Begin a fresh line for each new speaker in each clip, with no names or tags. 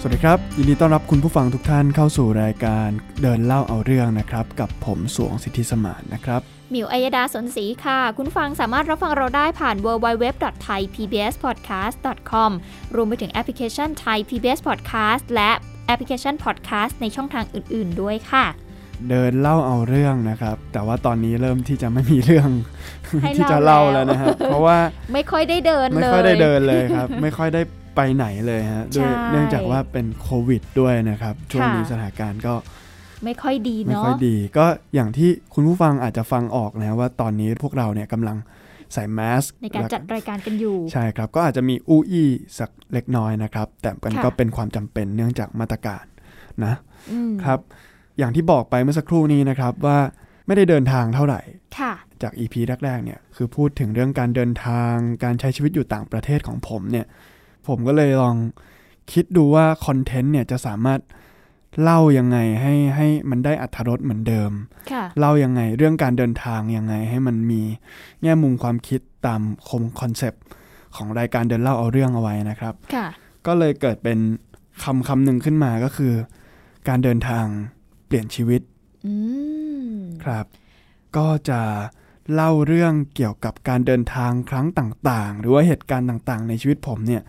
สวัสดีครับ ยินดีต้อนรับคุณผู้ฟังทุกท่านเข้าสู่รายการเดินเล่าเอาเรื่องนะครับ กับผมสวงสิทธิสมานนะครับ
หมิวอัยดาสนศรีค่ะ คุณฟังสามารถรับฟังเราได้ผ่าน www.thaipbspodcast.com รวมไปถึงแอปพลิเคชัน Thai PBS Podcast และแอปพลิเคชัน Podcast ในช่องทางอื่น ๆ ด้วยค่ะ
เดินเล่าเอาเรื่องนะครับ แต่ว่าตอนนี้เริ่มที่จะไม่มีเรื่อง
ให้
ที่จะ
เล่า
เล่า
แล้
แล้ว วนะครับเพราะว่า
ไม่ค่อยได้เดิน
ไม่
เลย
ค่อยได้เดินเลยครับ ไม่ค่อยได้ไปไหนเลยฮะด้วย
ใช่
เนื่องจากว่าเป็นโควิดด้วยนะครับ ช่วงนี้
ค่ะ
สถานการณ์ก็
ไม่ค่อยดี
ไม่
เนาะ
ค่อยดี ก็อย่างที่คุณผู้ฟังอาจจะฟังออกนะว่าตอนนี้พวกเราเนี่ยกำลังใส่แมส
ในการจัดรายการกันอยู่
ใช่ครับ ก็อาจจะมีอู้อี้สักเล็กน้อยนะครับ แต่มันก็
ค่ะ
เป็นความจำเป็นเนื่องจากมาตรการนะ
อืม
ครับ อย่างที่บอกไปเมื่อสักครู่นี้นะครับว่าไม่ได้เดินทางเท่าไหร่
ค่ะ
จาก EP แรกๆเนี่ยคือพูดถึงเรื่องการเดินทางการใช้ชีวิตอยู่ต่างประเทศของผมเนี่ยผมก็เลยลองคิดดูว่าคอนเทนต์เนี่ยจะสามารถเล่ายังไงให้ให้มันได้อัธรสเหมือนเดิม
ค่ะ
เล่ายังไงเรื่องการเดินทางยังไงให้มันมีแง่มุมความคิดตามคมคอนเซปต์ของรายการเดินเล่าเอาเรื่องเอาไว้นะครับ
ค่ะ
ก็เลยเกิดเป็นคำคำหนึ่งขึ้นมาก็คือ การเดินทางเปลี่ยนชีวิต
อืม
ครับ ก็จะเล่าเรื่องเกี่ยวกับการเดินทางครั้งต่างๆ หรือว่าเหตุการณ์ต่างๆ ในชีวิตผมเนี่ย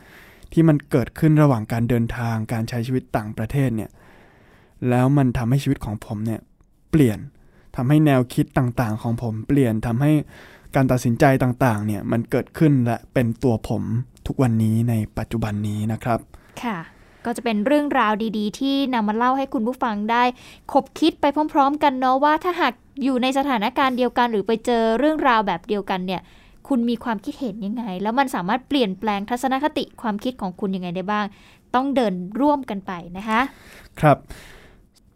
ที่มันเกิดขึ้นระหว่างการเดินทางการใช้ชีวิตต่างประเทศเนี่ยแล้วมันทำให้ชีวิตของผมเนี่ยเปลี่ยนทำให้แนวคิดต่างๆ ของผมเปลี่ยนทำให้การตัดสินใจต่างๆเนี่ยมันเกิดขึ้นและเป็นตัวผมทุกวันนี้ในปัจจุบันนี้นะครับ
ค่ะ ก็จะเป็นเรื่องราวดีๆ ที่นำมาเล่าให้คุณผู้ฟังได้ คบคิดไปพร้อม ๆ กันเนาะว่าถ้าหากอยู่ในสถานการณ์เดียวกัน หรือไปเจอเรื่องราวแบบเดียวกันเนี่ย คุณมีความคิดเห็นยังไง แล้วมันสามารถเปลี่ยนแปลงทัศนคติความคิดของคุณยังไงได้บ้าง ต้องเดินร่วมกันไปนะคะ
ครับ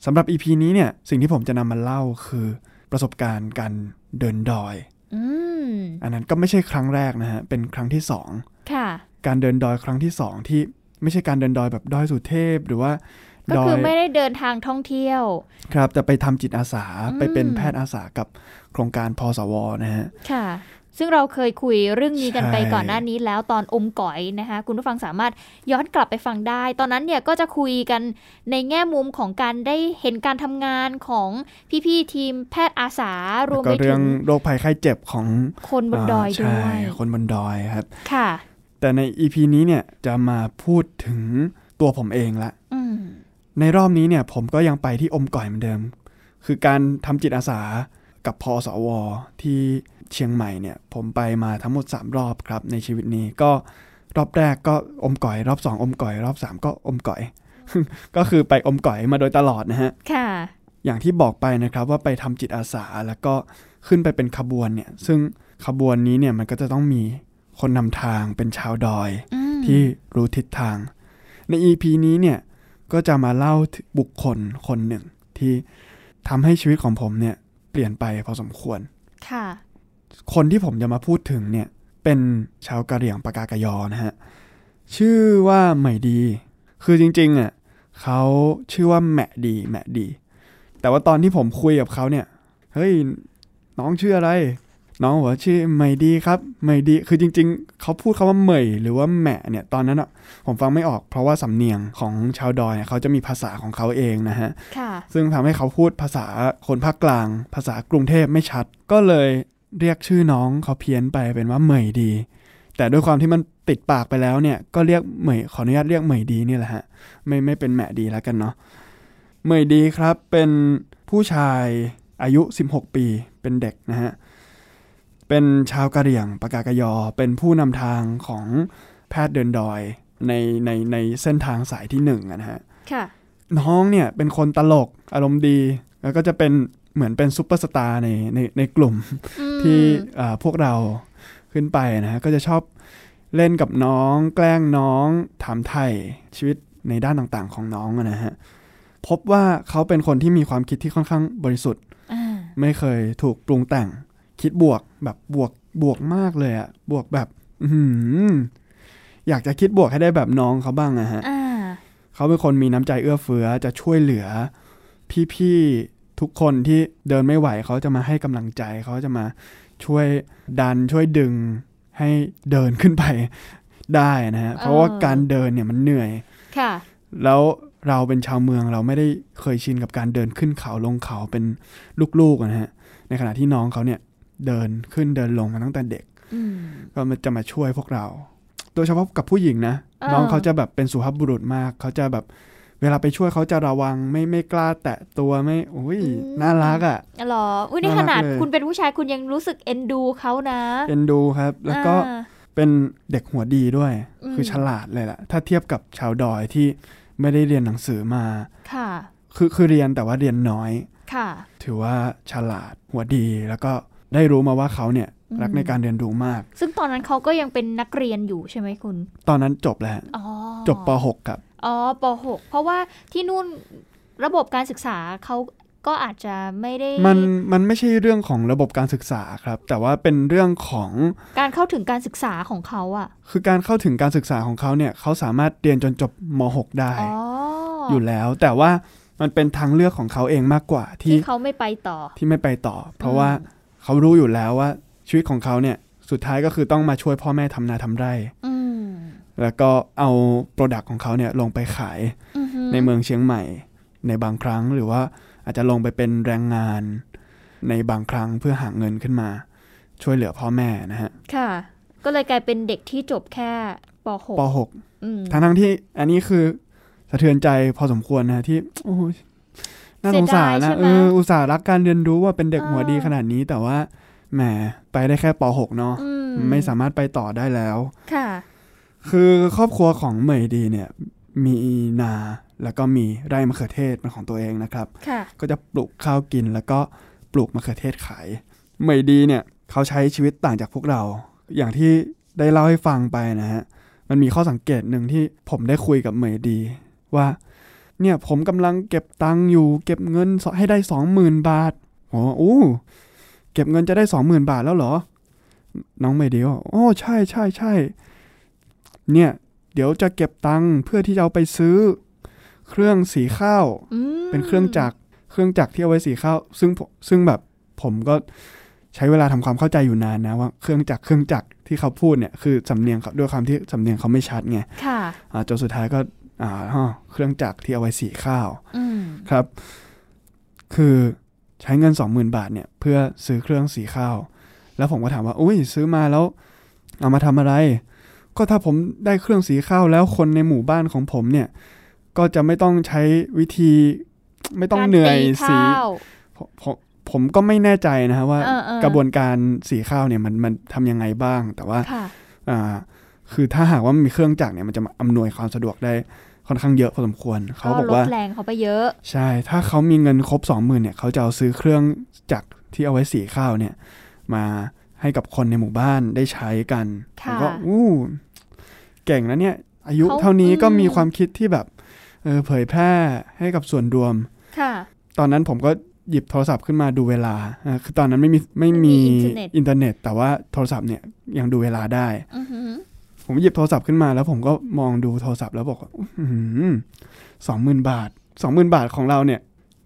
สำหรับ EP นี้เนี่ยสิ่งที่ผมจะนำมาเล่าคือประสบการณ์การเดินดอย
อืม
อันนั้นก็ไม่ใช่ครั้งแรกนะฮะเป็นครั้งที่สอง
ค่ะ
การเดินดอยครั้งที่สองที่ไม่ใช่การเดินดอยแบบดอยสุเทพหรือว่า
ก็
ดอ
คือย ไม่ได้เดินทางท่องเที่ยว
ครับแต่ไปทำจิตอาสา
อืม
ไปเป็นแพทย์อาสากับโครงการพสวนะฮะ
ค่ะ ซึ่งเราเคยคุยเรื่องนี้กันไป
ใช่
ก่อนหน้านี้แล้วตอนอมก๋อยนะคะ คุณผู้ฟังสามารถย้อนกลับไปฟังได้ ตอนนั้นเนี่ยก็จะคุยกันในแง่มุมของการได้เห็นการทำงานของพี่ๆทีมแพทย์อาสารวม
ก็
ไปถึ
เรื่อง
ง
โรคภัยไข้เจ็บของ
คนบนดอย
า
ด้
ใช่
วย
คนบนดอยครับ
ค่ะ
แต่ใน EP นี้เนี่ยจะมาพูดถึงตัวผมเองละ
อืม
ในรอบนี้เนี่ยผมก็ยังไปที่อมก่อยเหมือนเดิม คือการทำจิตอาสากับพอสว ที่เชียงใหม่เนี่ย ผมไปมาทั้งหมด 3 รอบครับในชีวิตนี้ก็รอบแรกก็อมก่อย รอบ 2 อมก่อย รอบ 3 ก็อมก่อย ก็คือไปอมก่อยมาโดยตลอดนะฮะ
ค่ะ
อย่างที่บอกไปนะครับว่าไปทำจิตอาสาแล้วก็ขึ้นไปเป็นขบวนเนี่ย ซึ่งขบวนนี้เนี่ยมันก็จะต้องมีคนนำทางเป็นชาวดอย
อืม
ที่รู้ทิศทาง ใน EP นี้เนี่ยก็จะมาเล่าถึงบุคคลคนหนึ่ง ที่ทำให้ชีวิตของผมเนี่ยเปลี่ยนไปพอสมควร
ค่ะ
คนที่ผมจะมาพูดถึงเนี่ยเป็นชาวกะเหรี่ยงปากากยอนะฮะ ชื่อว่าใหม่ดี คือจริงๆอ่ะเขาชื่อว่าแหมะดีแหมะดี แต่ว่าตอนที่ผมคุยกับเขาเนี่ย เฮ้ย น้องชื่ออะไร น้องหัวาชื่อใหม่ดีครับใหม่ดี คือจริง ๆ เขาพูดคาว่าเหมยหรือว่าแหมะเนี่ยตอนนั้นอ่ะผมฟังไม่ออกเพราะว่าสำเนียงของชาวดอยเนี่ยเขาจะมีภาษาของเขาเองนะฮะ
ค่ะ
ซึ่งทำให้เขาพูดภาษาคนภาคกลาง ภาษากรุงเทพไม่ชัด ก็เลยเรียกชื่อน้องเขาเพี้ยนไปเป็นว่าเหมยดี แต่ด้วยความที่มันติดปากไปแล้วเนี่ยก็เรียกเหมยขออนุญาตเรียกเหมยดีนี่แหละฮะไม่ไม่เป็นแหมะดีแล้วกันเนาะเหมยดีครับเป็นผู้ชายอายุ 16 ปีเป็นเด็กนะฮะเป็นชาวกะเหรี่ยงปากากยอ เป็นผู้นำทางของแพทย์เดินดอยในในในเส้นทางสายที่หนึ่งอะนะฮะ
ค่ะ
น้องเนี่ยเป็นคนตลกอารมณ์ดี แล้วก็จะเป็นเหมือนเป็นซุปเปอร์สตาร์ในในในกลุ่ม
อืม
ที่อ่าพวกเราขึ้นไปนะฮะก็จะชอบเล่นกับน้อง แกล้งน้องถามไทยชีวิตในด้านต่างๆของน้องอะนะฮะพบว่าเขาเป็นคนที่มีความคิดที่ค่อนข้างบริสุทธิ์
อ่า
ไม่เคยถูกปรุงแต่ง คิดบวกแบบบวกบวกมากเลยอะบวกแบบอื้อหืออยากจะคิดบวกให้ได้แบบน้องเขาบ้างอะฮะ
อ่า
เขาเป็นคนมีน้ำใจเอื้อเฟื้อจะช่วยเหลือ พี่ๆทุกคนที่เดินไม่ไหวเขาจะมาให้กำลังใจ เขาจะมาช่วยดันช่วยดึงให้เดินขึ้นไปได้นะฮะ
เออ
เพราะว่าการเดินเนี่ยมันเหนื่อย
ค่ะ
แล้วเราเป็นชาวเมืองเราไม่ได้เคยชินกับการเดินขึ้นเขาลงเขาเป็นลูกๆนะฮะ ในขณะที่น้องเขาเนี่ยเดินขึ้นเดินลงมาตั้งแต่เด็ก
อืม
ก็มันจะมาช่วยพวกเรา โดยเฉพาะกับผู้หญิงนะ
อ่า
น้องเขาจะแบบเป็นสุภาพบุรุษมาก เขาจะแบบเวลาไปช่วยเขาจะระวังไม่ไม่กล้าแตะตัวไม่อุ้ยน่ารักอะ่ะ
อ๋อเหรออุ้ยนี่
น่ารั
ข
ก
นาด
เลย
คุณเป็นผู้ชายคุณยังรู้สึกเอ็นดูเขานะ
เอ็นดูครับ แล้วก็
อ่า
เป็นเด็กหัวดีด้วย
อืม
คือฉลาดเลยล่ะ ถ้าเทียบกับชาวดอยที่ไม่ได้เรียนหนังสือมา
ค่ะ
คือคือเรียนแต่ว่าเรียนน้อย
ค่ะ
ถือว่าฉลาดหัวดีแล้วก็ได้รู้มาว่าเขาเนี่ย
อืม
รักในการเรียนรู้มาก
ซึ่งตอนนั้นเขาก็ยังเป็นนักเรียนอยู่ใช่ไหมคุณ
ตอนนั้นจบแล้วฮะ
อ๋อ
จบป .6 ครับ
อ๋อป .6 เพราะว่าที่นู่นระบบการศึกษาเขาก็อาจจะไม่ได้
มันมันไม่ใช่เรื่องของระบบการศึกษาครับ แต่ว่าเป็นเรื่องของ
การเข้าถึงการศึกษาของเขาอะ
คือการเข้าถึงการศึกษาของเขาเนี่ยเขาสามารถเรียนจนจบม .6 ได้
อ๋อ
อยู่แล้ว แต่ว่ามันเป็นทางเลือกของเขาเองมากกว่าที่
ที่เขาไม่ไปต่อ
ที่ไม่ไปต่อ เพราะว่าเขารู้อยู่แล้วว่าชีวิตของเขาเนี่ยสุดท้ายก็คือต้องมาช่วยพ่อแม่ทำนาทำไร่
อืม
แล้วก็เอาโปรดักต์ของเขาเนี่ยลงไปขาย
อื้อหือ
ในเมืองเชียงใหม่ในบางครั้งหรือว่าอาจจะลงไปเป็นแรงงาน ในบางครั้งเพื่อหาเงินขึ้นมา ช่วยเหลือพ่อแม่นะฮะ
ค่ะ ก็เลยกลายเป็นเด็กที่จบแค่ป
ป
.6
.6
อืม
ทั้งทั้งๆที่อันนี้คือสะเทือนใจพอสมควรนะฮะที่โอ้ยน่าสงสาร
เสียดายใช่
นะ
ไหม
เอออุตส่าห์รักการเรียนรู้ว่าเป็นเด็ก
เออ
หัวดีขนาดนี้ แต่ว่าแหมไปได้แค่ป .6 เนาะ
อื
ไม่สามารถไปต่อได้แล้ว
ค่ะ
คือครอบครัวของเหมยดีเนี่ยมีนาแล้วก็มีไร่มะเขือเทศเป็นของตัวเองนะครับ
ค่ะ
ก็จะปลูกข้าวกินแล้วก็ปลูกมะเขือเทศขายเหมยดีเนี่ยเขาใช้ชีวิตต่างจากพวกเรา อย่างที่ได้เล่าให้ฟังไปนะฮะ มันมีข้อสังเกตหนึ่งที่ผมได้คุยกับเหมยดี ว่า เนี่ยผมกำลังเก็บตังค์อยู่ เก็บเงินให้ได้สองหมื่นบาทผมว่าอู้เก็บเงินจะได้สองหมื่นบาทแล้วเหรอ น้องเหมยดีว่าโอ้ใช่ใช่ใช่เนี่ย เดี๋ยวจะเก็บตังค์เพื่อที่จะเอาไปซื้อ เครื่องสีข้าว
อืม
เป็นเครื่องจักรเครื่องจักรที่เอาไว้สีข้าว ซึ่งผมซึ่งแบบผมก็ใช้เวลาทำความเข้าใจอยู่นานนะว่าเครื่องจักรเครื่องจักรที่เขาพูดเนี่ยคือสำเนียงเขาด้วยความที่สำเนียงเขาไม่ชัดไง
ค่ะ
อ่าจนสุดท้ายก็อ่าฮะเครื่องจักรที่เอาไว้สีข้าว
อืม
ครับ คือใช้เงิน20,000บาทเนี่ยเพื่อซื้อเครื่องสีข้าว แล้วผมก็ถามว่าอุ้ยซื้อมาแล้ว เอามาทำอะไร ก็ถ้าผมได้เครื่องสีข้าวแล้วคนในหมู่บ้านของผมเนี่ย ก็จะไม่ต้องใช้วิธีไม่ต้องเหนื่อย
การตี
สี
ข้าว
ผมผมผมก็ไม่แน่ใจนะฮะว่า
เออเออ
กระบวนการสีข้าวเนี่ยมันมันทำยังไงบ้าง แต่ว่า
ค่ะ
อ่าคือถ้าหากว่ามีเครื่องจักรเนี่ยมันจะมาอำนวยความสะดวกได้ค่อนข้างเยอะพอสมควร เขาบอกว่า
ลดแรงเขาไปเยอะ
ใช่ ถ้าเขามีเงินครบสองหมื่นเนี่ยเขาจะเอาซื้อเครื่องจักรที่เอาไว้สีข้าวเนี่ยมาให้กับคนในหมู่บ้านได้ใช้กันผ
ค่ะ
มก็อู้เก่งนะเนี่ยอายุ
เขา
เท่านี้ก็มี
อืม
ความคิดที่แบบเออเผยแพร่ให้กับส่วนรวม
ค่ะ
ตอนนั้นผมก็หยิบโทรศัพท์ขึ้นมาดูเวลาอ่าคือตอนนั้นไม่มีไม่มี
ไม่มีอินเทอร์
อินเทอร์
เน็ต
เน็ต แต่ว่าโทรศัพท์เนี่ยยังดูเวลาได้
อือหือ
ผมหยิบโทรศัพท์ขึ้นมาแล้วผมก็มองดูโทรศัพท์แล้วบอกว่าสองหมื่นบาทสองหมื่นบาทของเราเนี่ย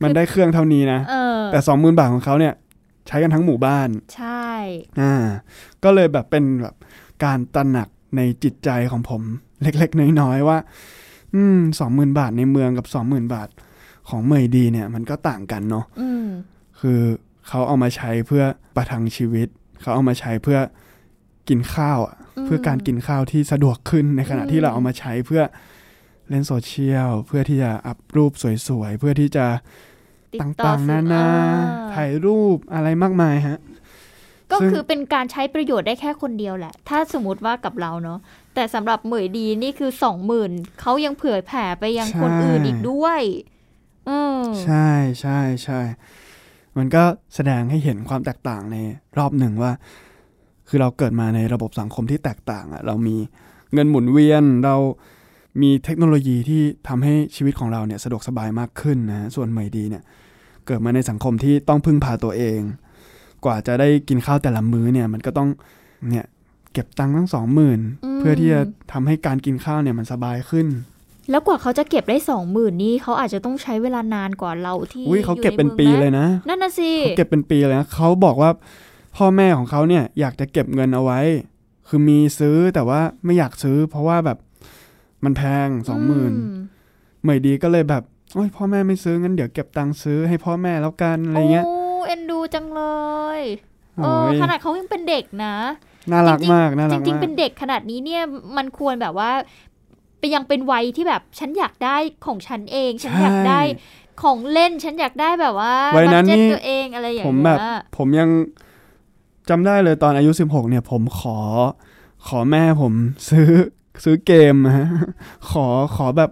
มันได้เครื่องเท่านี้นะ
เออ
แต่สองหมื่นบาทของเขาเนี่ย ใช้กันทั้งหมู่บ้าน
ใช่
อ่าก็เลยแบบเป็นแบบการตระหนักในจิตใจของผม เล็กๆ น้อยๆว่า อืมสองหมื่นบาทในเมืองกับสองหมื่นบาทของเมยดีเนี่ย มันก็ต่างกันเนาะ
อืม
คือเขาเอามาใช้เพื่อประทังชีวิต เขาเอามาใช้เพื่อกินข้าวอะ
ม
เพื่อการกินข้าวที่สะดวกขึ้นในขณะ
อืม
ที่เราเอามาใช้เพื่อเล่นโซเชียล เพื่อที่จะอัพรูปสวยๆ เพื่อที่จะ
ติดต่อ
ต่างๆนา
สื่อ
นา
อ่
ถ่ายรูปอะไรมากมายฮะ
ก็
ซึ่ง
คือเป็นการใช้ประโยชน์ได้แค่คนเดียวแหละ ถ้าสมมติว่ากับเราเนาะ แต่สำหรับเหมยดีนี่คือสองหมื่นเขายังเผื่อแผ่ไปยังคนอื่นอีกด้วยเออ
ใช่ใช่ใช่มันก็แสดงให้เห็นความแตกต่างในรอบหนึ่งว่า คือเราเกิดมาในระบบสังคมที่แตกต่างอะเรามีเงินหมุนเวียน เรามีเทคโนโลยีที่ทำให้ชีวิตของเราเนี่ยสะดวกสบายมากขึ้นนะฮะส่วนเหมยดีเนี่ย เกิดมาในสังคมที่ต้องพึ่งพาตัวเอง กว่าจะได้กินข้าวแต่ละมื้อเนี่ยมันก็ต้องเนี่ยเก็บตังค์ตั้งสองหมื่น
อืม
เพื่อที่จะทำให้การกินข้าวเนี่ยมันสบายขึ้น
แล้วกว่าเขาจะเก็บได้สองหมื่นนี่เขาอาจจะต้องใช้เวลานานกว่าเราที่
อุ้ยเขาเก็บเป็น
อยู่ใมือง
ปีเลยนะ
นั่นน่ะสิ
เขาเก็บเป็นปีเลยนะเขาบอกว่าพ่อแม่ของเขาเนี่ยอยากจะเก็บเงินเอาไว้ คือมีซื้อแต่ว่าไม่อยากซื้อ เพราะว่าแบบมันแพงสองหมื่นเหมยดีก็เลยแบบโอ้ยพ่อแม่ไม่ซื้องั้นเดี๋ยวเก็บตังค์ซื้อให้พ่อแม่แล้วกันอะไรเงี้ย
โอ้เอ็นดูจังเลยเอ
โอ้
อย ขนาดเขายังเป็นเด็กนะ
น่ารัก
จริงๆ
มากน่า
จ
รัก
ริ
มา
งๆ
ก
เป็นเด็กขนาดนี้เนี่ยมันควรแบบว่าไปยังเป็นวัยที่แบบฉันอยากได้ของฉันเอง ฉันอยากได้
ใช่
ของเล่นฉันอยากได้แบบว่า
วัยนั้น
บัดเจ็ต
นี่
ตัวเองอะไรอย่าง
ผม
เงี้
แบบ
ย
ผมยังจำได้เลยตอนอายุ 16 เนี่ย ผมขอ ขอแม่ผมซื้อซื้อเกมนะฮะ ขอขอแบบ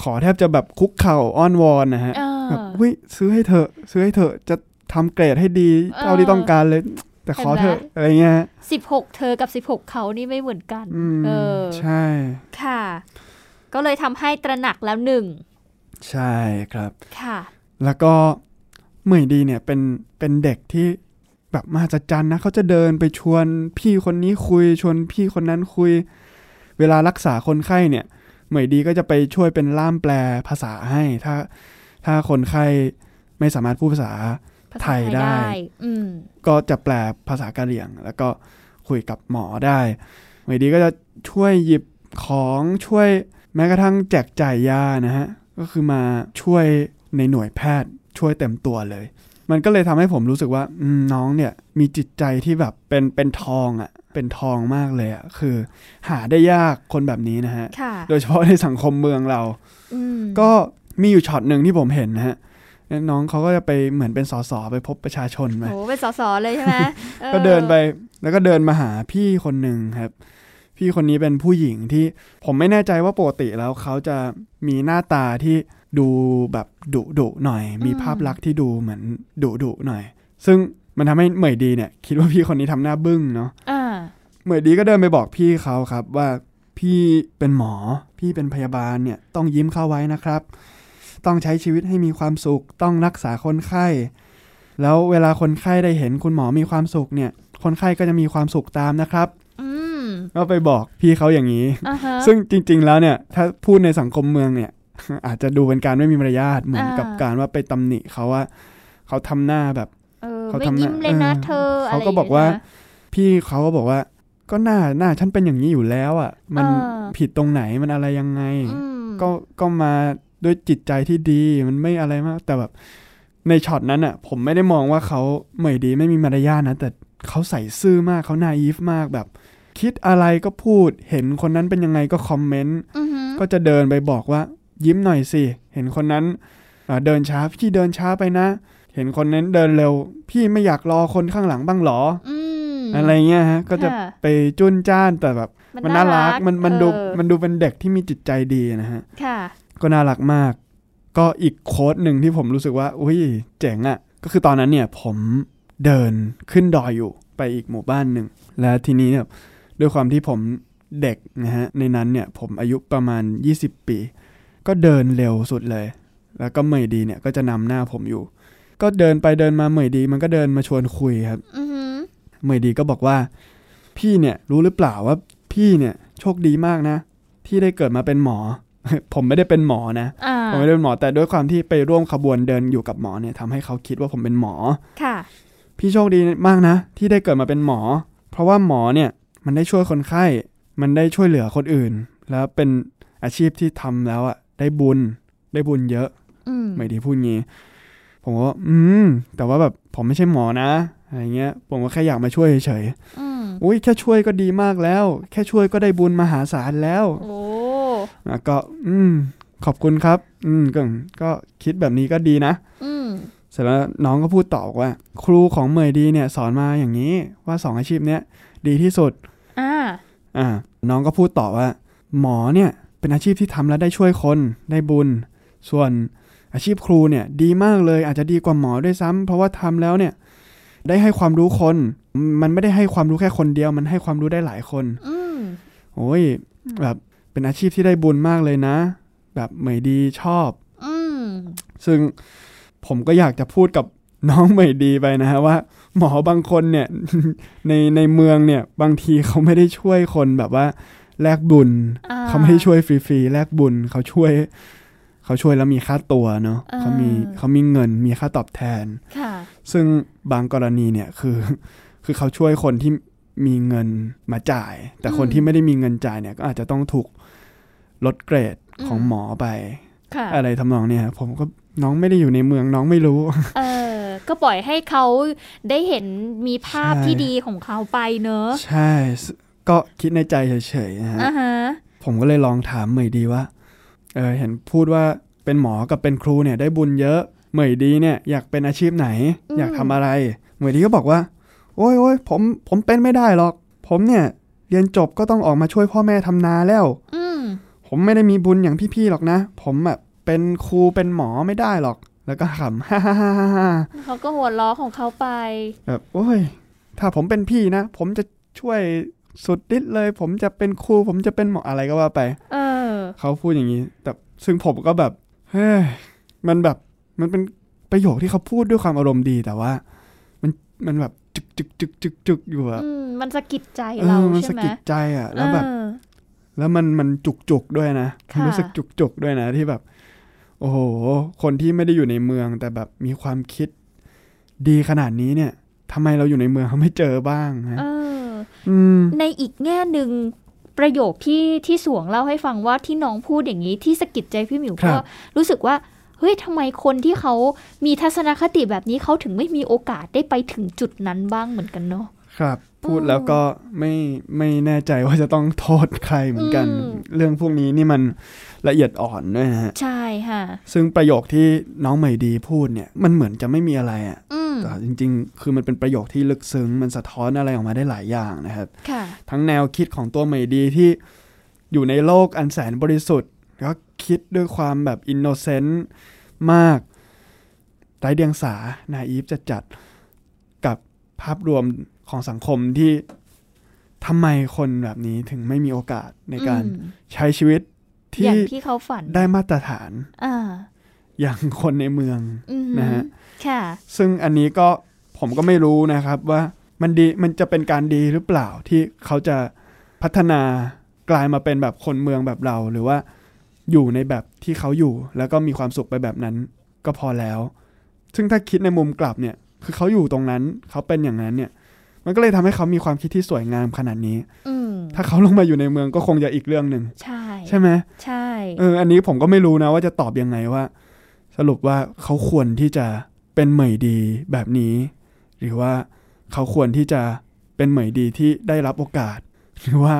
ขอแทบจะแบบคุกเข่าอ้อนวอนนะฮะ
เออ
แบบอุ้ยซื้อให้เถอะ ซื้อให้เถอะจะทำเกรดให้ดี
เออ
เท่าที่ต้องการเลย แต่ขอเถอะ
เห็นไหม
อะไรเงี้ยฮะ
สิบหกเธอกับสิบหกเขานี่ไม่เหมือนกัน
อืม
เออ
ใช่
ค่ะ ก็เลยทำให้ตระหนักแล้วหนึ่ง
ใช่ครับ
ค่ะ
แล้วก็เหมยดีเนี่ยเป็นเป็นเด็กที่แบบมาจัดจันนะเขาจะเดินไปชวนพี่คนนี้คุยชวนพี่คนนั้นคุย เวลารักษาคนไข้เนี่ย เหมยดีก็จะไปช่วยเป็นล่ามแปลภาษาให้ ถ้าถ้าคนไข้ไม่สามารถพูดภาษา
ภาษา
ไทยได้
อืม
ก็จะแปลภาษากะเหรี่ยง แล้วก็คุยกับหมอได้เหมยดีก็จะช่วยหยิบของช่วยแม้กระทั่งแจกจ่ายยานะฮะ ก็คือมาช่วยในหน่วยแพทย์ช่วยเต็มตัวเลย มันก็เลยทำให้ผมรู้สึกว่าอืมน้องเนี่ยมีจิตใจที่แบบเป็นเป็นทองอะ่ะเป็นทองมากเลยอะ่ะคือหาได้ยากคนแบบนี้นะฮะ
ค่ะ
โดยเฉพาะในสังคมเมืองเรา
อืม
ก็มีอยู่ช็อตหนึ่งที่ผมเห็นนะฮะน้องเขาก็จะไปเหมือนเป็นสสไปพบประชาชนมา
โหเป็นสอสอเลยใช่ไหมออ
ก็เดินไปแล้วก็เดินมาหาพี่คนหนึ่งครับ พี่คนนี้เป็นผู้หญิงที่ผมไม่แน่ใจว่าปกติแล้วเขาจะมีหน้าตาที่ดูแบบดุดุหน่อย มีภาพลักษณ์ที่ดูเหมือนดุดุหน่อย ซึ่งมันทำให้เหมยดีเนี่ย คิดว่าพี่คนนี้ทำหน้าบึ้งเนาะ
อ่า
เหมยดีก็เดินไปบอกพี่เขาครับ ว่าพี่เป็นหมอ พี่เป็นพยาบาลเนี่ยต้องยิ้มเข้าไว้นะครับ ต้องใช้ชีวิตให้มีความสุข ต้องรักษาคนไข้ แล้วเวลาคนไข้ได้เห็นคุณหมอมีความสุขเนี่ย คนไข้ก็จะมีความสุขตามนะครับ
อืม
ก็ไปบอกพี่เขาอย่างนี้
อ่าฮะ
ซึ่งจริง ๆ แล้วเนี่ย ถ้าพูดในสังคมเมืองเนี่ย อาจจะดูเป็นการไม่มีมารยาทเหมือน
อ่า
กับการว่าไปตำหนิเขาว่า เขาทำหน้าแบบ
เออ
เขา
ไม่
ทำหน้า
ยิ้มเลยนะ
เออ
เธออะไร
เขาก็บอกว่า พี่เขาก็บอกว่า ก็หน้าหน้าฉันเป็นอย่างนี้อยู่แล้วอะ่ะ มัน
เออ
ผิดตรงไหนมันอะไรยังไง
อย่างเงี้ยนะอืม
ก็ก็มาด้วยจิตใจที่ดีมันไม่อะไรมาก แต่แบบในช็อตนั้นอ่ะ ผมไม่ได้มองว่าเขาเหมยดีไม่มีมารยาทนะ แต่เขาใส่ซื่อมากเขานาอีฟมากแบบ คิดอะไรก็พูด เห็นคนนั้นเป็นยังไงก็คอมเมนต์
อือหือ
ก็จะเดินไปบอกว่า ยิ้มหน่อยสิ เห็นคนนั้นเอ่อเดินช้าพี่เดินช้าไปนะ เห็นคนนั้นเดินเร็ว พี่ไม่อยากรอคนข้างหลังบ้างหรอ
อืม
อะไรเงี้ยฮะก็จะ
ค่
ไปจุนจ้านแต่แบบ มันน่ารักมันมันดู
เออ
มันดูเป็นเด็กที่มีจิตใจดีนะฮะ
ค่ะ
ก็น่ารักมาก ก็อีกโค้ดหนึ่งที่ผมรู้สึกว่า อุ้ยเจ๋งอะ่ะ ก็คือตอนนั้นเนี่ยผมเดินขึ้นดอยอยู่ไปอีกหมู่บ้านหนึ่ง และทีนี้เนี่ยด้วยความที่ผมเด็กนะฮะ ในนั้นเนี่ยผมอายุประมาณ 20 ปี ก็เดินเร็วสุดเลย แล้วก็เหมยดีเนี่ยก็จะนำหน้าผมอยู่ ก็เดินไปเดินมาเหมยดี มันก็เดินมาชวนคุยครับ
อือหือ
เมยดีก็บอกว่า พี่เนี่ยรู้หรือเปล่าว่าพี่เนี่ยโชคดีมากนะ ที่ได้เกิดมาเป็นหมอ ผมไม่ได้เป็นหมอนะ
อ่า
ผมไม่ได้เป็นหมอแต่ด้วยความที่ไปร่วมขบวนเดินอยู่กับหมอเนี่ยทำให้เขาคิดว่าผมเป็นหมอ
ค่ะ
พี่โชคดีมากนะ ที่ได้เกิดมาเป็นหมอ เพราะว่าหมอเนี่ยมันได้ช่วยคนไข้ มันได้ช่วยเหลือคนอื่น แล้วเป็นอาชีพที่ทำแล้วอะได้บุญได้บุญเยอะ
อืม
ไม่ดีพูดงี้ ผมก็ว่าอืม แต่ว่าแบบผมไม่ใช่หมอนะอะไรเงี้ย ผมก็แค่อยากมาช่วยเฉยๆ
อืม
อุ้ยแค่ช่วยก็ดีมากแล้ว แค่ช่วยก็ได้บุญมหาศาลแล้ว
โอ้
อ่ะก็ อืม ขอบคุณครับ อืมก็ก็คิดแบบนี้ก็ดีนะ
อืม
เสร็จแล้วน้องก็พูดต่อว่า ครูของเมยดีเนี่ย สอนมาอย่างนี้ว่าสองอาชีพเนี้ยดีที่สุด
อ่า
อ่า น้องก็พูดต่อว่า หมอเนี่ยเป็นอาชีพที่ทำแล้วได้ช่วยคนได้บุญ ส่วนอาชีพครูเนี่ย ดีมากเลยอาจจะดีกว่าหมอด้วยซ้ำเพราะว่าทำแล้วเนี่ย ได้ให้ความรู้คน มันไม่ได้ให้ความรู้แค่คนเดียว มันให้ความรู้ได้หลายคน
อืม
โอ้ยแบบเป็นอาชีพที่ได้บุญมากเลยนะ แบบเหมยดีชอบ
อืม
ซึ่ง ผมก็อยากจะพูดกับน้องไม่ดีไปนะฮะว่า หมอบางคนเนี่ย ในในเมืองเนี่ยบางทีเขาไม่ได้ช่วยคนแบบว่า แลกบุญ
อ่
เขาไม่ได้ช่วยฟรีๆแลกบุญเขาช่วย เขาช่วยแล้วมีค่าตัวเนาะ
อ่า
เขามีเขามีเงินมีค่าตอบแทน
ค่ะ
ซึ่งบางกรณีเนี่ยคือ คือเขาช่วยคนที่มีเงินมาจ่าย แต่คนที่ไม่ได้มีเงินจ่ายเนี่ยก็อาจจะต้องถูกลดเกรดของหมอไป
ค่ะ
อะไรทำนองเนี่ยครับผมก็น้องไม่ได้อยู่ในเมืองน้องไม่รู้
เออก็ปล่อยให้เขาได้เห็นมีภาพ
ใช่
ที่ดีของเขาไปเนอะ
ใช่สก็คิดในใจเฉยๆนะฮะ
อ่าฮะ
ผมก็เลยลองถามเหมยดีว่าเออเห็นพูดว่าเป็นหมอกับเป็นครูเนี่ยได้บุญเยอะเหมยดีเนี่ยอยากเป็นอาชีพไหน อยากทำอะไรเหมยดีก็บอกว่า โอ้ยโอ้ยผมผมเป็นไม่ได้หรอก ผมเนี่ยเรียนจบก็ต้องออกมาช่วยพ่อแม่ทำนาแล้ว
อืม
ผมไม่ได้มีบุญอย่างพี่ๆหรอกนะ ผมแบบเป็นครูเป็นหมอไม่ได้หรอก แล้วก็ขำ ฮ่าฮ่าฮ่าฮ่าฮ่า
เขาก็หัวล้อของเขาไป
แบบโอ้ย ถ้าผมเป็นพี่นะ ผมจะช่วยสุดฤทธิ์เลย ผมจะเป็นครู ผมจะเป็นหมออะไรก็ว่าไป
เออ
เขาพูดอย่างนี้ แต่ซึ่งผมก็แบบ เฮ้ย มันแบบ มันเป็นประโยคที่เขาพูดด้วยความอารมณ์ดี แต่ว่า มัน มันแบบจึกจึกจึกจึกจึกอยู่อะ
อืมมันสะกิดใจ
เอ
เรา
อมัน
ใช่
สะ
ไหม
กิดใจอะ แล้วแบบ
เออ
แล้วมันมันจุกจุกๆด้วยนะ
ค่ะ
รู้สึกจุกจุกๆด้วยนะที่แบบ โอ้โห คนที่ไม่ได้อยู่ในเมือง แต่แบบมีความคิดดีขนาดนี้เนี่ยทำไมเราอยู่ในเมืองเขาไม่เจอบ้างนะ
เออ
อืม
ในอีกแง่หนึ่งประโยคที่ที่สวงเล่าให้ฟังว่าที่น้องพูดอย่างนี้ที่สะกิดใจพี่หมิว
ครั
ก็
บ
รู้สึกว่าเฮ้ยทำไมคนที่เขามีทัศนคติแบบนี้เขาถึงไม่มีโอกาสได้ไปถึงจุดนั้นบ้างเหมือนกันเนาะ
ครับ พูด
อืม
แล้วก็ไม่ไม่แน่ใจว่าจะต้องโทษใครเหมือนกัน
อืม
เรื่องพวกนี้นี่มันละเอียดอ่อนด้วยนะฮะ
ใช่ค่ะ
ซึ่งประโยคที่น้องใหม่ดีพูดเนี่ย มันเหมือนจะไม่มีอะไรอะ่ะ
อืม
แต่จริง ๆ คือมันเป็นประโยคที่ลึกซึ้ง มันสะท้อนอะไรออกมาได้หลายอย่างนะครับ
ค่ะ
ทั้งแนวคิดของตัวใหม่ดีที่อยู่ในโลกอันแสนบริสุทธิ์แล้วคิดด้วยความแบบอินโนเซนต์มากไร้เดียงสานาอีฟจะจัดๆกับภาพรวมของสังคมที่ทำไมคนแบบนี้ถึงไม่มีโอกาสในการ
อืม
ใช้ชีวิต
อ
ที่
ย่างที่เขาฝัน
ได้มาตรฐาน
อ่า
อย่างคนในเมือง
อืม
นะฮะ
ค่ะ
ซึ่งอันนี้ก็ผมก็ไม่รู้นะครับว่ามันดีมันจะเป็นการดีหรือเปล่าที่เขาจะพัฒนากลายมาเป็นแบบคนเมืองแบบเรา หรือว่าอยู่ในแบบที่เขาอยู่ แล้วก็มีความสุขไปแบบนั้นก็พอแล้ว ซึ่งถ้าคิดในมุมกลับเนี่ย คือเขาอยู่ตรงนั้นเขาเป็นอย่างนั้นเนี่ย มันก็เลยทำให้เขามีความคิดที่สวยงามขนาดนี้
อืม
ถ้าเขาลงมาอยู่ในเมืองก็คงจะอีกเรื่องหนึ่ง
ใช่
ใช่ไหม
ใช่
เออ อันนี้ผมก็ไม่รู้นะว่าจะตอบยังไงว่า สรุปว่าเขาควรที่จะเป็นเหมยดีแบบนี้ หรือว่าเขาควรที่จะเป็นเหมยดีที่ได้รับโอกาส หรือว่า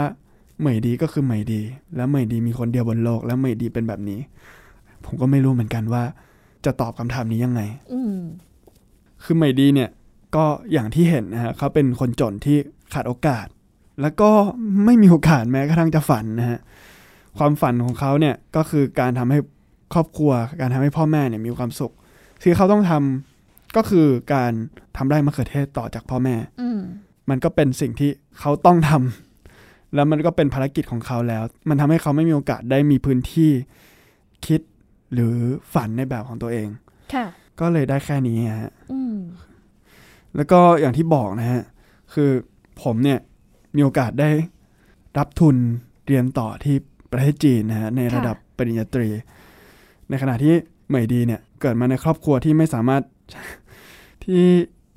เหมยดีก็คือเหมยดี แล้วเหมยดีมีคนเดียวบนโลก แล้วเหมยดีเป็นแบบนี้ ผมก็ไม่รู้เหมือนกันว่า จะตอบคำถามนี้ยังไง
อืม
คือเหมยดีเนี่ยก็อย่างที่เห็นนะฮะเขาเป็นคนจนที่ขาดโอกาส แล้วก็ไม่มีโอกาสแม้กระทั่งจะฝันนะฮะความฝันของเขาเนี่ยก็คือการทำให้ครอบครัว การทำให้พ่อแม่เนี่ยมีความสุขที่งเขาต้องทำก็คือการทำไร่มะเขือเทศต่อจากพ่อแม่
อืม
มันก็เป็นสิ่งที่เขาต้องทำแล้วมันก็เป็นภารกิจของเขาแล้ว มันทำให้เขาไม่มีโอกาสได้มีพื้นที่คิดหรือฝันในแบบของตัวเอง
ค่ะ
ก็เลยได้แค่นี้ฮะ
อืม
แล้วก็อย่างที่บอกนะฮะ คือผมเนี่ย มีโอกาสได้รับทุนเรียนต่อที่ประเทศจีนนะฮะ ในระดับปริญญาตรี ในขณะที่เหมยดีเนี่ย เกิดมาในครอบครัวที่ไม่สามารถ ที่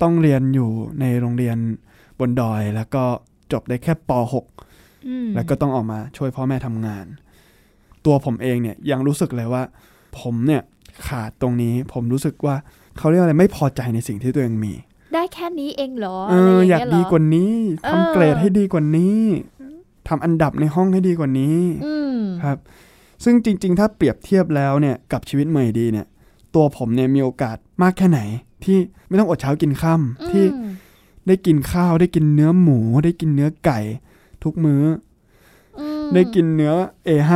ต้องเรียนอยู่ในโรงเรียนบนดอย แล้วก็จบได้แค่ป .6
อืม
แล้วก็ต้องออกมาช่วยพ่อแม่ทำงาน ตัวผมเองเนี่ยยังรู้สึกเลยว่า ผมเนี่ยขาดตรงนี้ผมรู้สึกว่าเขาเรียกอะไรไม่พอใจในสิ่งที่ตัวเองมี
ได้แค่นี้เองเหรอ
เออ
อย
อากดีกว่านี้ทำเกรดให้ดีกว่านี้ทำอันดับในห้องให้ดีกว่านี้
อืม
ครับ ซึ่งจริง ๆ ถ้าเปรียบเทียบแล้วเนี่ยกับชีวิตเมยดีเนี่ย ตัวผมเนี่ยมีโอกาสมากแค่ไหน ที่ไม่ต้องอดเช้ากินค่ำที่
อืม
ได้กินข้าวได้กินเนื้อหมู ได้กินเนื้อไก่ ทุกมื้อ
อื
อ
ม
ได้กินเนื้อ A5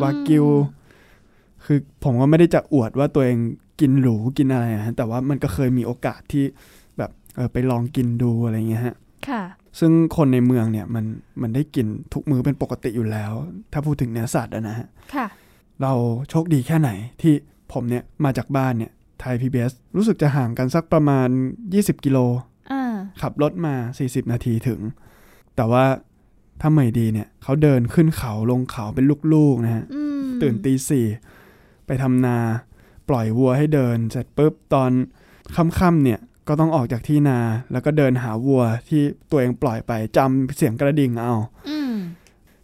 วากิว
อื
คือผมก็ไม่ได้จะอวดว่าตัวเองกินหรูกินอะไรนะฮะแต่ว่ามันก็เคยมีโอกาสที่แบบเออไปลองกินดูอะไรอย่างเงี้ยฮะ
ค่ะ
ซึ่งคนในเมืองเนี่ยมันมันได้กินทุกมื้อเป็นปกติอยู่แล้ว ถ้าพูดถึงเนื้อสัตว์อะนะฮะ
ค่ะ
เราโชคดีแค่ไหนที่ผมเนี่ยมาจากบ้านเนี่ย ไทย PBS รู้สึกจะห่างกันสักประมาณ 20 กิโล
อ่า
ขับรถมา 40 นาทีถึง แต่ว่าถ้าเหมยดีเนี่ยเขาเดินขึ้นเขาลงเขาเป็นลูกๆนะฮะ
อืม
ตื่นตีสี่ไปทำนา ปล่อยวัวให้เดิน เสร็จปุ๊บตอนค่ำๆเนี่ยก็ต้องออกจากที่นา แล้วก็เดินหาวัวที่ตัวเองปล่อยไปจำเสียงกระดิ่งเอา
อืม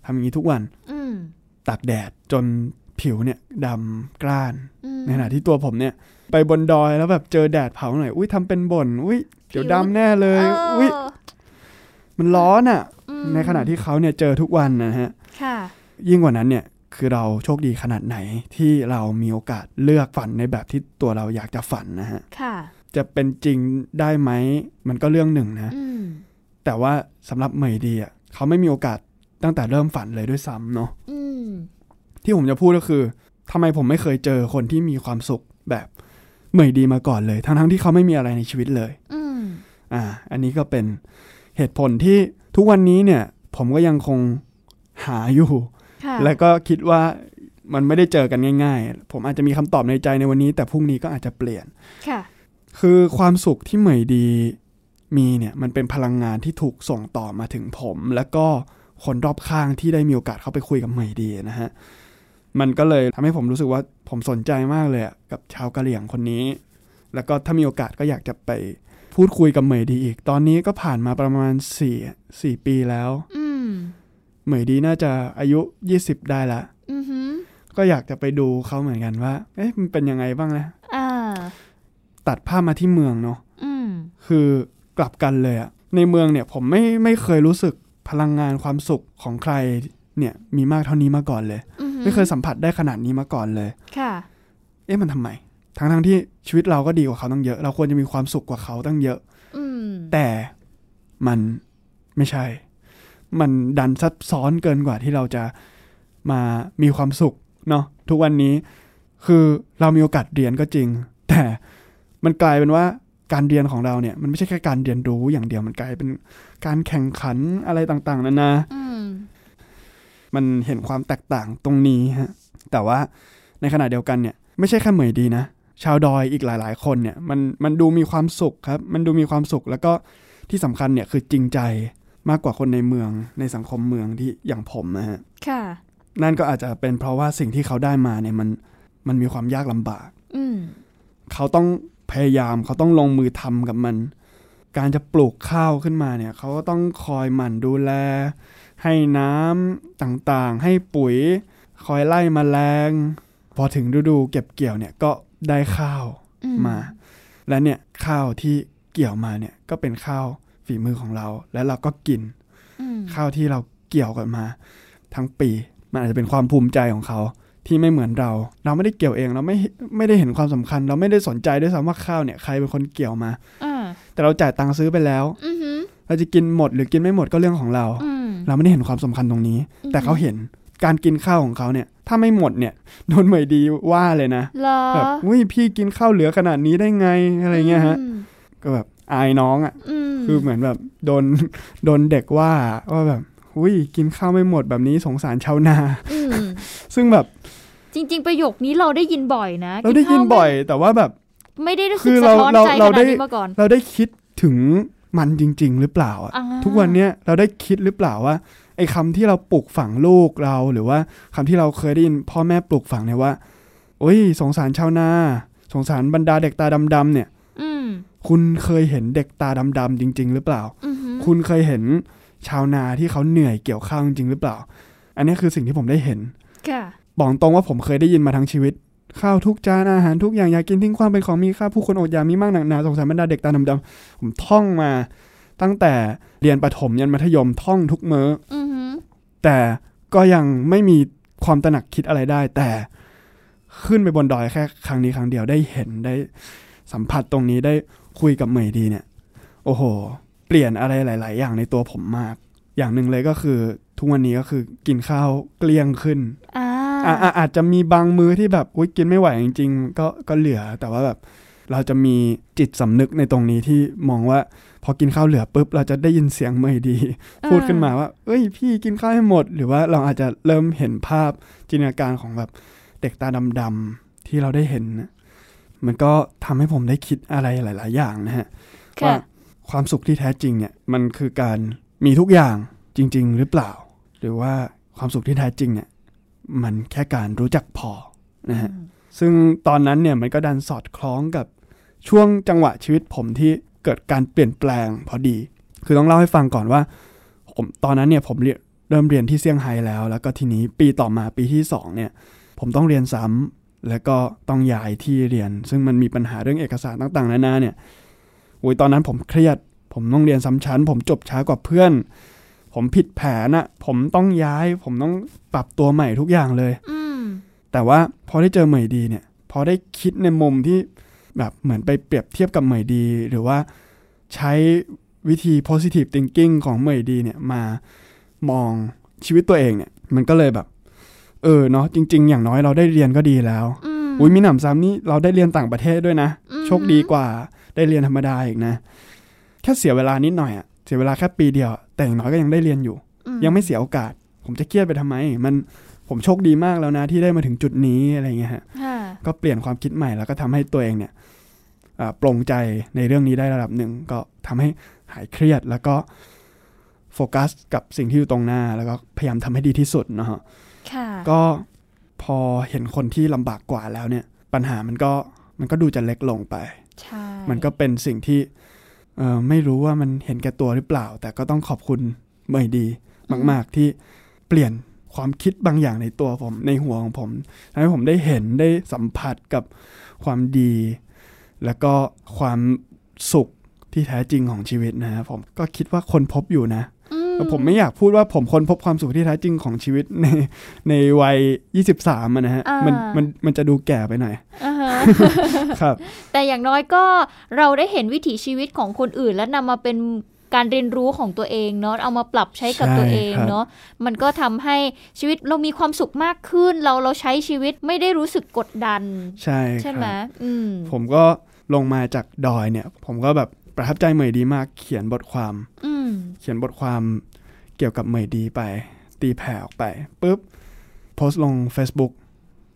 ทำอย่างนี้ทุกวัน
อืม
ตากแดดจนผิวเนี่ยดำกร้าน
อืม
ในขณะที่ตัวผมเนี่ย ไปบนดอยแล้วแบบเจอแดดเผาหน่อย อุ้ยทำเป็นบ่นอุ้ยเดี๋ยว
ผิว
ดำแน่เลย
เ
อุ้ยมันร้อนอะ่ะ
ม
ในขณะที่เขาเนี่ยเจอทุกวันนะฮะ
ค่ะ
ยิ่งกว่านั้นเนี่ยคือเราโชคดีขนาดไหนที่เรามีโอกาสเลือกฝันในแบบที่ตัวเราอยากจะฝันนะฮะ
ค่ะ
จะเป็นจริงได้ไหมมันก็เรื่องหนึ่งนะ
อืม
แต่ว่าสำหรับเหมยดีอ่ะเขาไม่มีโอกาสตั้งแต่เริ่มฝันเลยด้วยซ้ำเนาะ
อืม
ที่ผมจะพูดก็คือทำไมผมไม่เคยเจอคนที่มีความสุขแบบเหมยดีมาก่อนเลย ทั้งๆที่เขาไม่มีอะไรในชีวิตเลย
อืม
อ่า อันนี้ก็เป็นเหตุผลที่ทุกวันนี้เนี่ย ผมก็ยังคงหาอยู่
ค่ะ
แล้วก็คิดว่ามันไม่ได้เจอกันง่าย ๆ ผมอาจจะมีคำตอบในใจในวันนี้ แต่พรุ่งนี้ก็อาจจะเปลี่ยน
ค่ะ
คือความสุขที่เหมยดีมีเนี่ยมันเป็นพลังงานที่ถูกส่งต่อมาถึงผม แล้วก็คนรอบข้างที่ได้มีโอกาสเข้าไปคุยกับเหมยดีนะฮะ มันก็เลยทำให้ผมรู้สึกว่าผมสนใจมากเลยอะกับชาวกะเหรี่ยงคนนี้ แล้วก็ถ้ามีโอกาสก็อยากจะไปพูดคุยกับเหมยดีอีก ตอนนี้ก็ผ่านมาประมาณ4 4ปีแล้ว
อืม
เหมยดีน่าจะอายุ 20 ได้ละ
อือหือ
ก็อยากจะไปดูเขาเหมือนกันว่า เอ๊ะ มันเป็นยังไงบ้างนะ
อ่า
ตัดภาพมาที่เมืองเนาะ
อืม
คือกลับกันเลยอะในเมืองเนี่ยผมไม่ไม่เคยรู้สึกพลังงานความสุขของใครเนี่ยมีมากเท่านี้มาก่อนเลย
อือหือ
ไม่เคยสัมผัสได้ขนาดนี้มาก่อนเลย
ค่ะ
เอ๊ะ มันทำไม ทั้งทั้งๆที่ชีวิตเราก็ดีกว่าเขาตั้งเยอะ เราควรจะมีความสุขกว่าเขาตั้งเยอะ
อืม
แต่มันไม่ใช่ มันดันซับซ้อนเกินกว่าที่เราจะมามีความสุขเนาะทุกวันนี้คือเรามีโอกาสเรียนก็จริง แต่มันกลายเป็นว่าการเรียนของเราเนี่ย มันไม่ใช่แค่การเรียนรู้อย่างเดียวมันกลายเป็นการแข่งขันอะไรต่างๆนานา
อืม
มันเห็นความแตกต่างตรงนี้ฮะ แต่ว่าในขณะเดียวกันเนี่ย ไม่ใช่แค่เหมยดีนะ ชาวดอยอีกหลาย ๆ คนเนี่ย มันมันดูมีความสุขครับ มันดูมีความสุขแล้วก็ที่สำคัญเนี่ยคือจริงใจมากกว่าคนในเมืองในสังคมเมืองที่อย่างผมนะฮะ
ค่ะ
นั่นก็อาจจะเป็นเพราะว่าสิ่งที่เขาได้มาเนี่ยมันมันมีความยากลำบาก
อืม
เขาต้องพยายามเขาต้องลงมือทำกับมัน การจะปลูกข้าวขึ้นมาเนี่ย เขาก็ต้องคอยหมั่นดูแล ให้น้ำต่างๆ ให้ปุ๋ย คอยไล่มแมลง พอถึงฤดูเก็บเกี่ยวเนี่ยก็ได้ข้าว
อื
มา และเนี่ยข้าวที่เกี่ยวมาเนี่ยก็เป็นข้าวฝีมือของเรา และเราก็กิน
อืม
ข้าวที่เราเกี่ยวกันมา ทั้งปี มันอาจจะเป็นความภูมิใจของเขา ที่ไม่เหมือนเรา เราไม่ได้เกี่ยวเองเราไม่ไม่ได้เห็นความสำคัญ เราไม่ได้สนใจด้วยซ้ำว่าข้าวเนี่ยใครเป็นคนเกี่ยวมา
อ่า
แต่เราจ่ายตังค์ซื้อไปแล้ว
อือหือ
เราจะกินหมดหรือกินไม่หมดก็เรื่องของเรา
อืม
เราไม่ได้เห็นความสำคัญตรงนี้ แต่เขาเห็นการกินข้าวของเขาเนี่ย ถ้าไม่หมดเนี่ยโดนเหมยดีว่าเลยนะ
เหรอ
แบบอุ้ยพี่กินข้าวเหลือขนาดนี้ได้ไงอะไรเงี้ยฮะ
อืม
ก็แบบอายน้องอ่ะ
อืม
คือเหมือนแบบโดน โดนเด็กว่าว่าแบบอุ้ยกินข้าวไม่หมดแบบนี้สงสารชาวนา
ม
ซึ่งแบบ
จริง ๆ ประโยคนี้เราได้ยินบ่อยนะ
เราได้
ข้ว
ยินบ่อย แต่ว่าแบบ
ไม่ได้รู้
คื
สึก
อ
สะ
เรา
ท้อน
เราเรา
ใจขนาด
ได้
นี้มาก่อน
เราได้คิดถึงมันจริง ๆ หรือเปล่าอะ
อ่า
ทุกวันเนี้ยเราได้คิดหรือเปล่าว่าไอ้คำที่เราปลูกฝังลูกเราหรือว่าคำที่เราเคยได้ยินพ่อแม่ปลูกฝังเนี่ยว่าโอ้ยสงสารชาวนา สงสารบรรดาเด็กตาดำๆเนี่ย
อืม
คุณเคยเห็นเด็กตาดำๆจริง ๆ หรือเปล่า
อือหือ
คุณเคยเห็นชาวนาที่เขาเหนื่อยเกี่ยวข้าวจริงๆหรือเปล่า อันนี้คือสิ่งที่ผมได้เห็น
ค่ะ
บอกตรงว่าผมเคยได้ยินมาทั้งชีวิต ข้าวทุกจานอาหารทุกอย่างอยากินทิ้งความเป็นของมีค่าผู้คนอดอยากมีมากหนักหนาสงสารบรรดาเด็กตาดำๆผมท่องมา ตั้งแต่เรียนประถมยันมัธยมท่องทุกมื้อ
อือหือ
แต่ก็ยังไม่มีความตระหนักคิดอะไรได้ แต่ขึ้นไปบนดอยแค่ครั้งนี้ครั้งเดียวได้เห็นได้สัมผัสตรงนี้ได้คุยกับเหมยดีเนี่ย โอ้โห เปลี่ยนอะไรหลาย ๆ อย่างในตัวผมมาก อย่างหนึ่งเลยก็คือ ทุกวันนี้ก็คือกินข้าวเกลี้ยงขึ้น
อ่า
อ่ะอ่ะอาจจะมีบางมื้อที่แบบอุยกินไม่ไหวจริง ๆ ก็ก็เหลือแต่ว่าแบบเราจะมีจิตสำนึกในตรงนี้ที่มองว่า พอกินข้าวเหลือปุ๊บเราจะได้ยินเสียงเหมยดี พูดขึ้นมาว่า เอ้ย พี่กินข้าวให้หมด หรือว่าเราอาจจะเริ่มเห็นภาพจินตนาการของแบบเด็กตาดำๆที่เราได้เห็นน่ะ มันก็ทำให้ผมได้คิดอะไรหลาย ๆ อย่างนะฮะ ว่า
ค่ะ
ความสุขที่แท้จริงเนี่ยมันคือการมีทุกอย่างจริง ๆ หรือเปล่า หรือว่าความสุขที่แท้จริงเนี่ยมันแค่การรู้จักพอนะฮะซึ่งตอนนั้นเนี่ยมันก็ดันสอดคล้องกับช่วงจังหวะชีวิตผมที่เกิดการเปลี่ยนแปลงพอดี คือต้องเล่าให้ฟังก่อนว่าผมตอนนั้นเนี่ยผมเรียนเริ่มเรียนที่เซี่ยงไฮ้แล้ว แล้วก็ทีนี้ปีต่อมาปีที่สองเนี่ยผมต้องเรียนซ้ำแล้วก็ต้องย้ายที่เรียน ซึ่งมันมีปัญหาเรื่องเอกสารต่างๆนานาเนี่ย โอ้ยตอนนั้นผมเครียด ผมต้องเรียนซ้ำชั้น ผมจบช้ากว่าเพื่อน ผมผิดแผนอะผมต้องย้าย ผมต้องปรับตัวใหม่ทุกอย่างเลย
อืม
แต่ว่าพอได้เจอเหมยดีเนี่ย พอได้คิดในมุมที่แบบเหมือนไปเปรียบเทียบกับเหมยดี หรือว่าใช้วิธี positive thinking ของเหมยดีเนี่ยมามองชีวิตตัวเองเนี่ย มันก็เลยแบบ เออเนาะจริง ๆ อย่างน้อยเราได้เรียนก็ดีแล้ว
อืม
อุ้ยมีหนำซ้ำนี่เราได้เรียนต่างประเทศด้วยนะ
อืม
โชคดีกว่าได้เรียนธรรมดาอีกนะ แค่เสียเวลานิดหน่อยอะเสียเวลาแค่ปีเดียวอะแต่อย่างน้อยก็ยังได้เรียนอยู่
อื
ยังไม่เสียโอกาส ผมจะเครียดไปทำไม มันผมโชคดีมากแล้วนะที่ได้มาถึงจุดนี้อะไรเงี้ยฮะ
ค่ะ
ก็เปลี่ยนความคิดใหม่แล้วก็ทำให้ตัวเองเนี่ยอ่าปลงใจในเรื่องนี้ได้ระดับหนึ่ง ก็ทำให้หายเครียดแล้วก็โฟกัสกับสิ่งที่อยู่ตรงหน้า แล้วก็พยายามทำให้ดีที่สุดเนาะฮะ
ค่ะ
ก็พอเห็นคนที่ลำบากกว่าแล้วเนี่ย ปัญหามันก็มันก็ดูจะเล็กลงไป
ใช่
มันก็เป็นสิ่งที่เออไม่รู้ว่ามันเห็นแก่ตัวหรือเปล่า แต่ก็ต้องขอบคุณเมยดีมาก ๆ ที่เปลี่ยนความคิดบางอย่างในตัวผมในหัวของผมทำให้ผมได้เห็นได้สัมผัสกับความดี แล้วก็ความสุขที่แท้จริงของชีวิตนะฮะผมก็คิดว่าคนพบอยู่นะ
อื
ผมไม่อยากพูดว่าผมค้นพบความสุขที่แท้จริงของชีวิต ในในวัย 23อะนะฮะ
ามั
มันมันมันจะดูแก่ไปหน่อย
อ่าฮะ
ครับ
แต่อย่างน้อยก็เราได้เห็นวิถีชีวิตของคนอื่น และนำมาเป็นการเรียนรู้ของตัวเองเนาะเอามาปรับใช้กับ
ใช่
ตัวเอง
ครับ
เนาะมันก็ทำให้ชีวิตเรามีความสุขมากขึ้น เราเราใช้ชีวิตไม่ได้รู้สึกกดดัน
ใช่ค
ใช่ไหม
รับ
อืม
ผมก็ลงมาจากดอยเนี่ย ผมก็แบบประทับใจเหมยดีมากเขียนบทความ
อืม
เขียนบทความเกี่ยวกับเหมยดีไป ตีแผ่ออกไปปุ๊บโพสต์ลง Facebook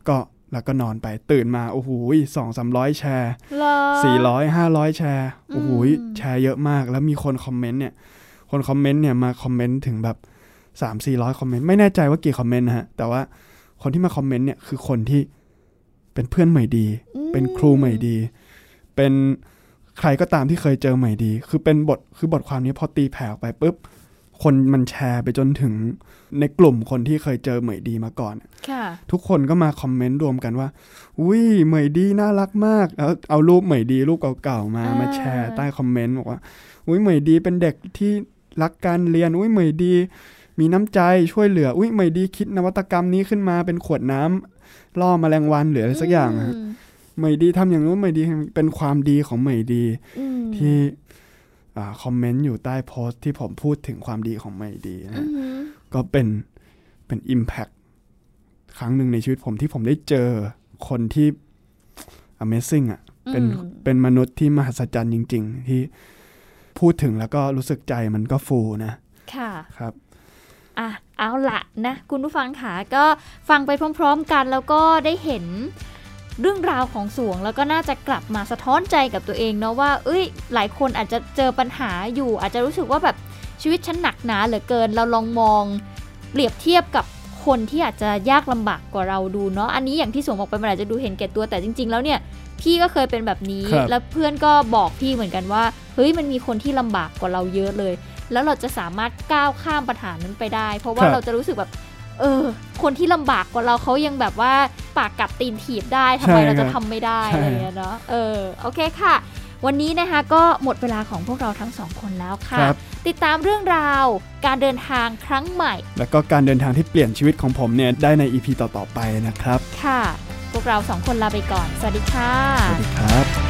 ก็แล้วก็นอนไปตื่นมา โอ้โหสองสามร้อยแชร์
เหรอ
สี่ร้อยห้าร้อยแชร์โอ้โหย
อืม
แชร์เยอะมากแล้วมีคนคอมเมนต์เนี่ย คนคอมเมนต์เนี่ยมาคอมเมนต์ถึงแบบสามสี่ร้อยคอมเมนต์ไม่แน่ใจว่ากี่คอมเมนต์นะฮะ แต่ว่าคนที่มาคอมเมนต์เนี่ยคือคนที่เป็นเพื่อนใหม่ดี
อืม
เป็นครูใหม่ดี เป็นใครก็ตามที่เคยเจอใหม่ดี คือเป็นบทคือบทความนี้พอตีแผ่ออกไปปุ๊บคนมันแชร์ไปจนถึงในกลุ่มคนที่เคยเจอใหม่ดีมาก่อน
ค่ะ
ทุกคนก็มาคอมเมนต์รวมกันว่า อุ้ยเหมยดีน่ารักมาก แล้วเอารูปเหมยดีรูปเก่าๆมา
อ่าม
มาแชร์ใต้คอมเมนต์บอกว่า อุ้ยเหมยดีเป็นเด็กที่รักการเรียน อุ้ยเหมยดี มีน้ำใจช่วยเหลือ อุ้ยเหมยดีคิดนวัตกรรมนี้ขึ้นมาเป็นขวดน้ำล่อแมลงวันหรืออะไรสักอย่างอะ
ม
เหมยดีทำอย่างนู้นเหมยดีเป็นความดีของเหมยดี
อืม
ที่อ่าคอมเมนต์อยู่ใต้โพสต์ที่ผมพูดถึงความดีของเหมยดีนะ
อื
ฮะ
ม
ก็เป็นเป็น Impact ครั้งหนึ่งในชีวิตผมที่ผมได้เจอคนที่ Amazing อ่ะเป็น
อืม
เป็นมนุษย์ที่มหัศจรรย์จริง ๆ ที่พูดถึงแล้วก็รู้สึกใจมันก็ฟูนะ
ค่ะ
ครับ
อ่ะเอาละนะคุณผู้ฟังค่ะก็ฟังไปพร้อมๆกันแล้วก็ได้เห็นเรื่องราวของสวง แล้วก็น่าจะกลับมาสะท้อนใจกับตัวเองเนาะว่า เอ้ยหลายคนอาจจะเจอปัญหาอยู่ อาจจะรู้สึกว่าแบบชีวิตฉันหนักหนาเหลือเกินเราลองมอง เปรียบเทียบกับคนที่อาจจะยากลำบากกว่าเราดูเนาะอันนี้อย่างที่สวงบอกไปมันอาจจะดูเห็นแก่ตัวแต่จริง ๆ แล้วเนี่ย พี่ก็เคยเป็นแบบนี้
ครับ
แล้วเพื่อนก็บอกพี่เหมือนกันว่าเฮ้ยมันมีคนที่ลำบากกว่าเราเยอะเลย แล้วเราจะสามารถก้าวข้ามปัญหานั้นไปได้ เพราะว่า
ครับ
เราจะรู้สึกแบบ เออ คนที่ลำบากกว่าเราเขายังแบบว่าปากกัดตีนถีบได้ทำไมเราจะทำไม่ได้อะไรอย่างเงี้ยเนาะเออโอเคค่ะ วันนี้นะคะก็หมดเวลาของพวกเราทั้งสองคนแล้วค่ะ
ครับ
ติดตามเรื่องราวการเดินทางครั้งใหม่
แล้วก็การเดินทางที่เปลี่ยนชีวิตของผมเนี่ยได้ใน EP ต่อ ๆ ไปนะครับ
ค่ะ พวกเราสองคนลาไปก่อน สวัสดีค่ะ
สวัสดีครับ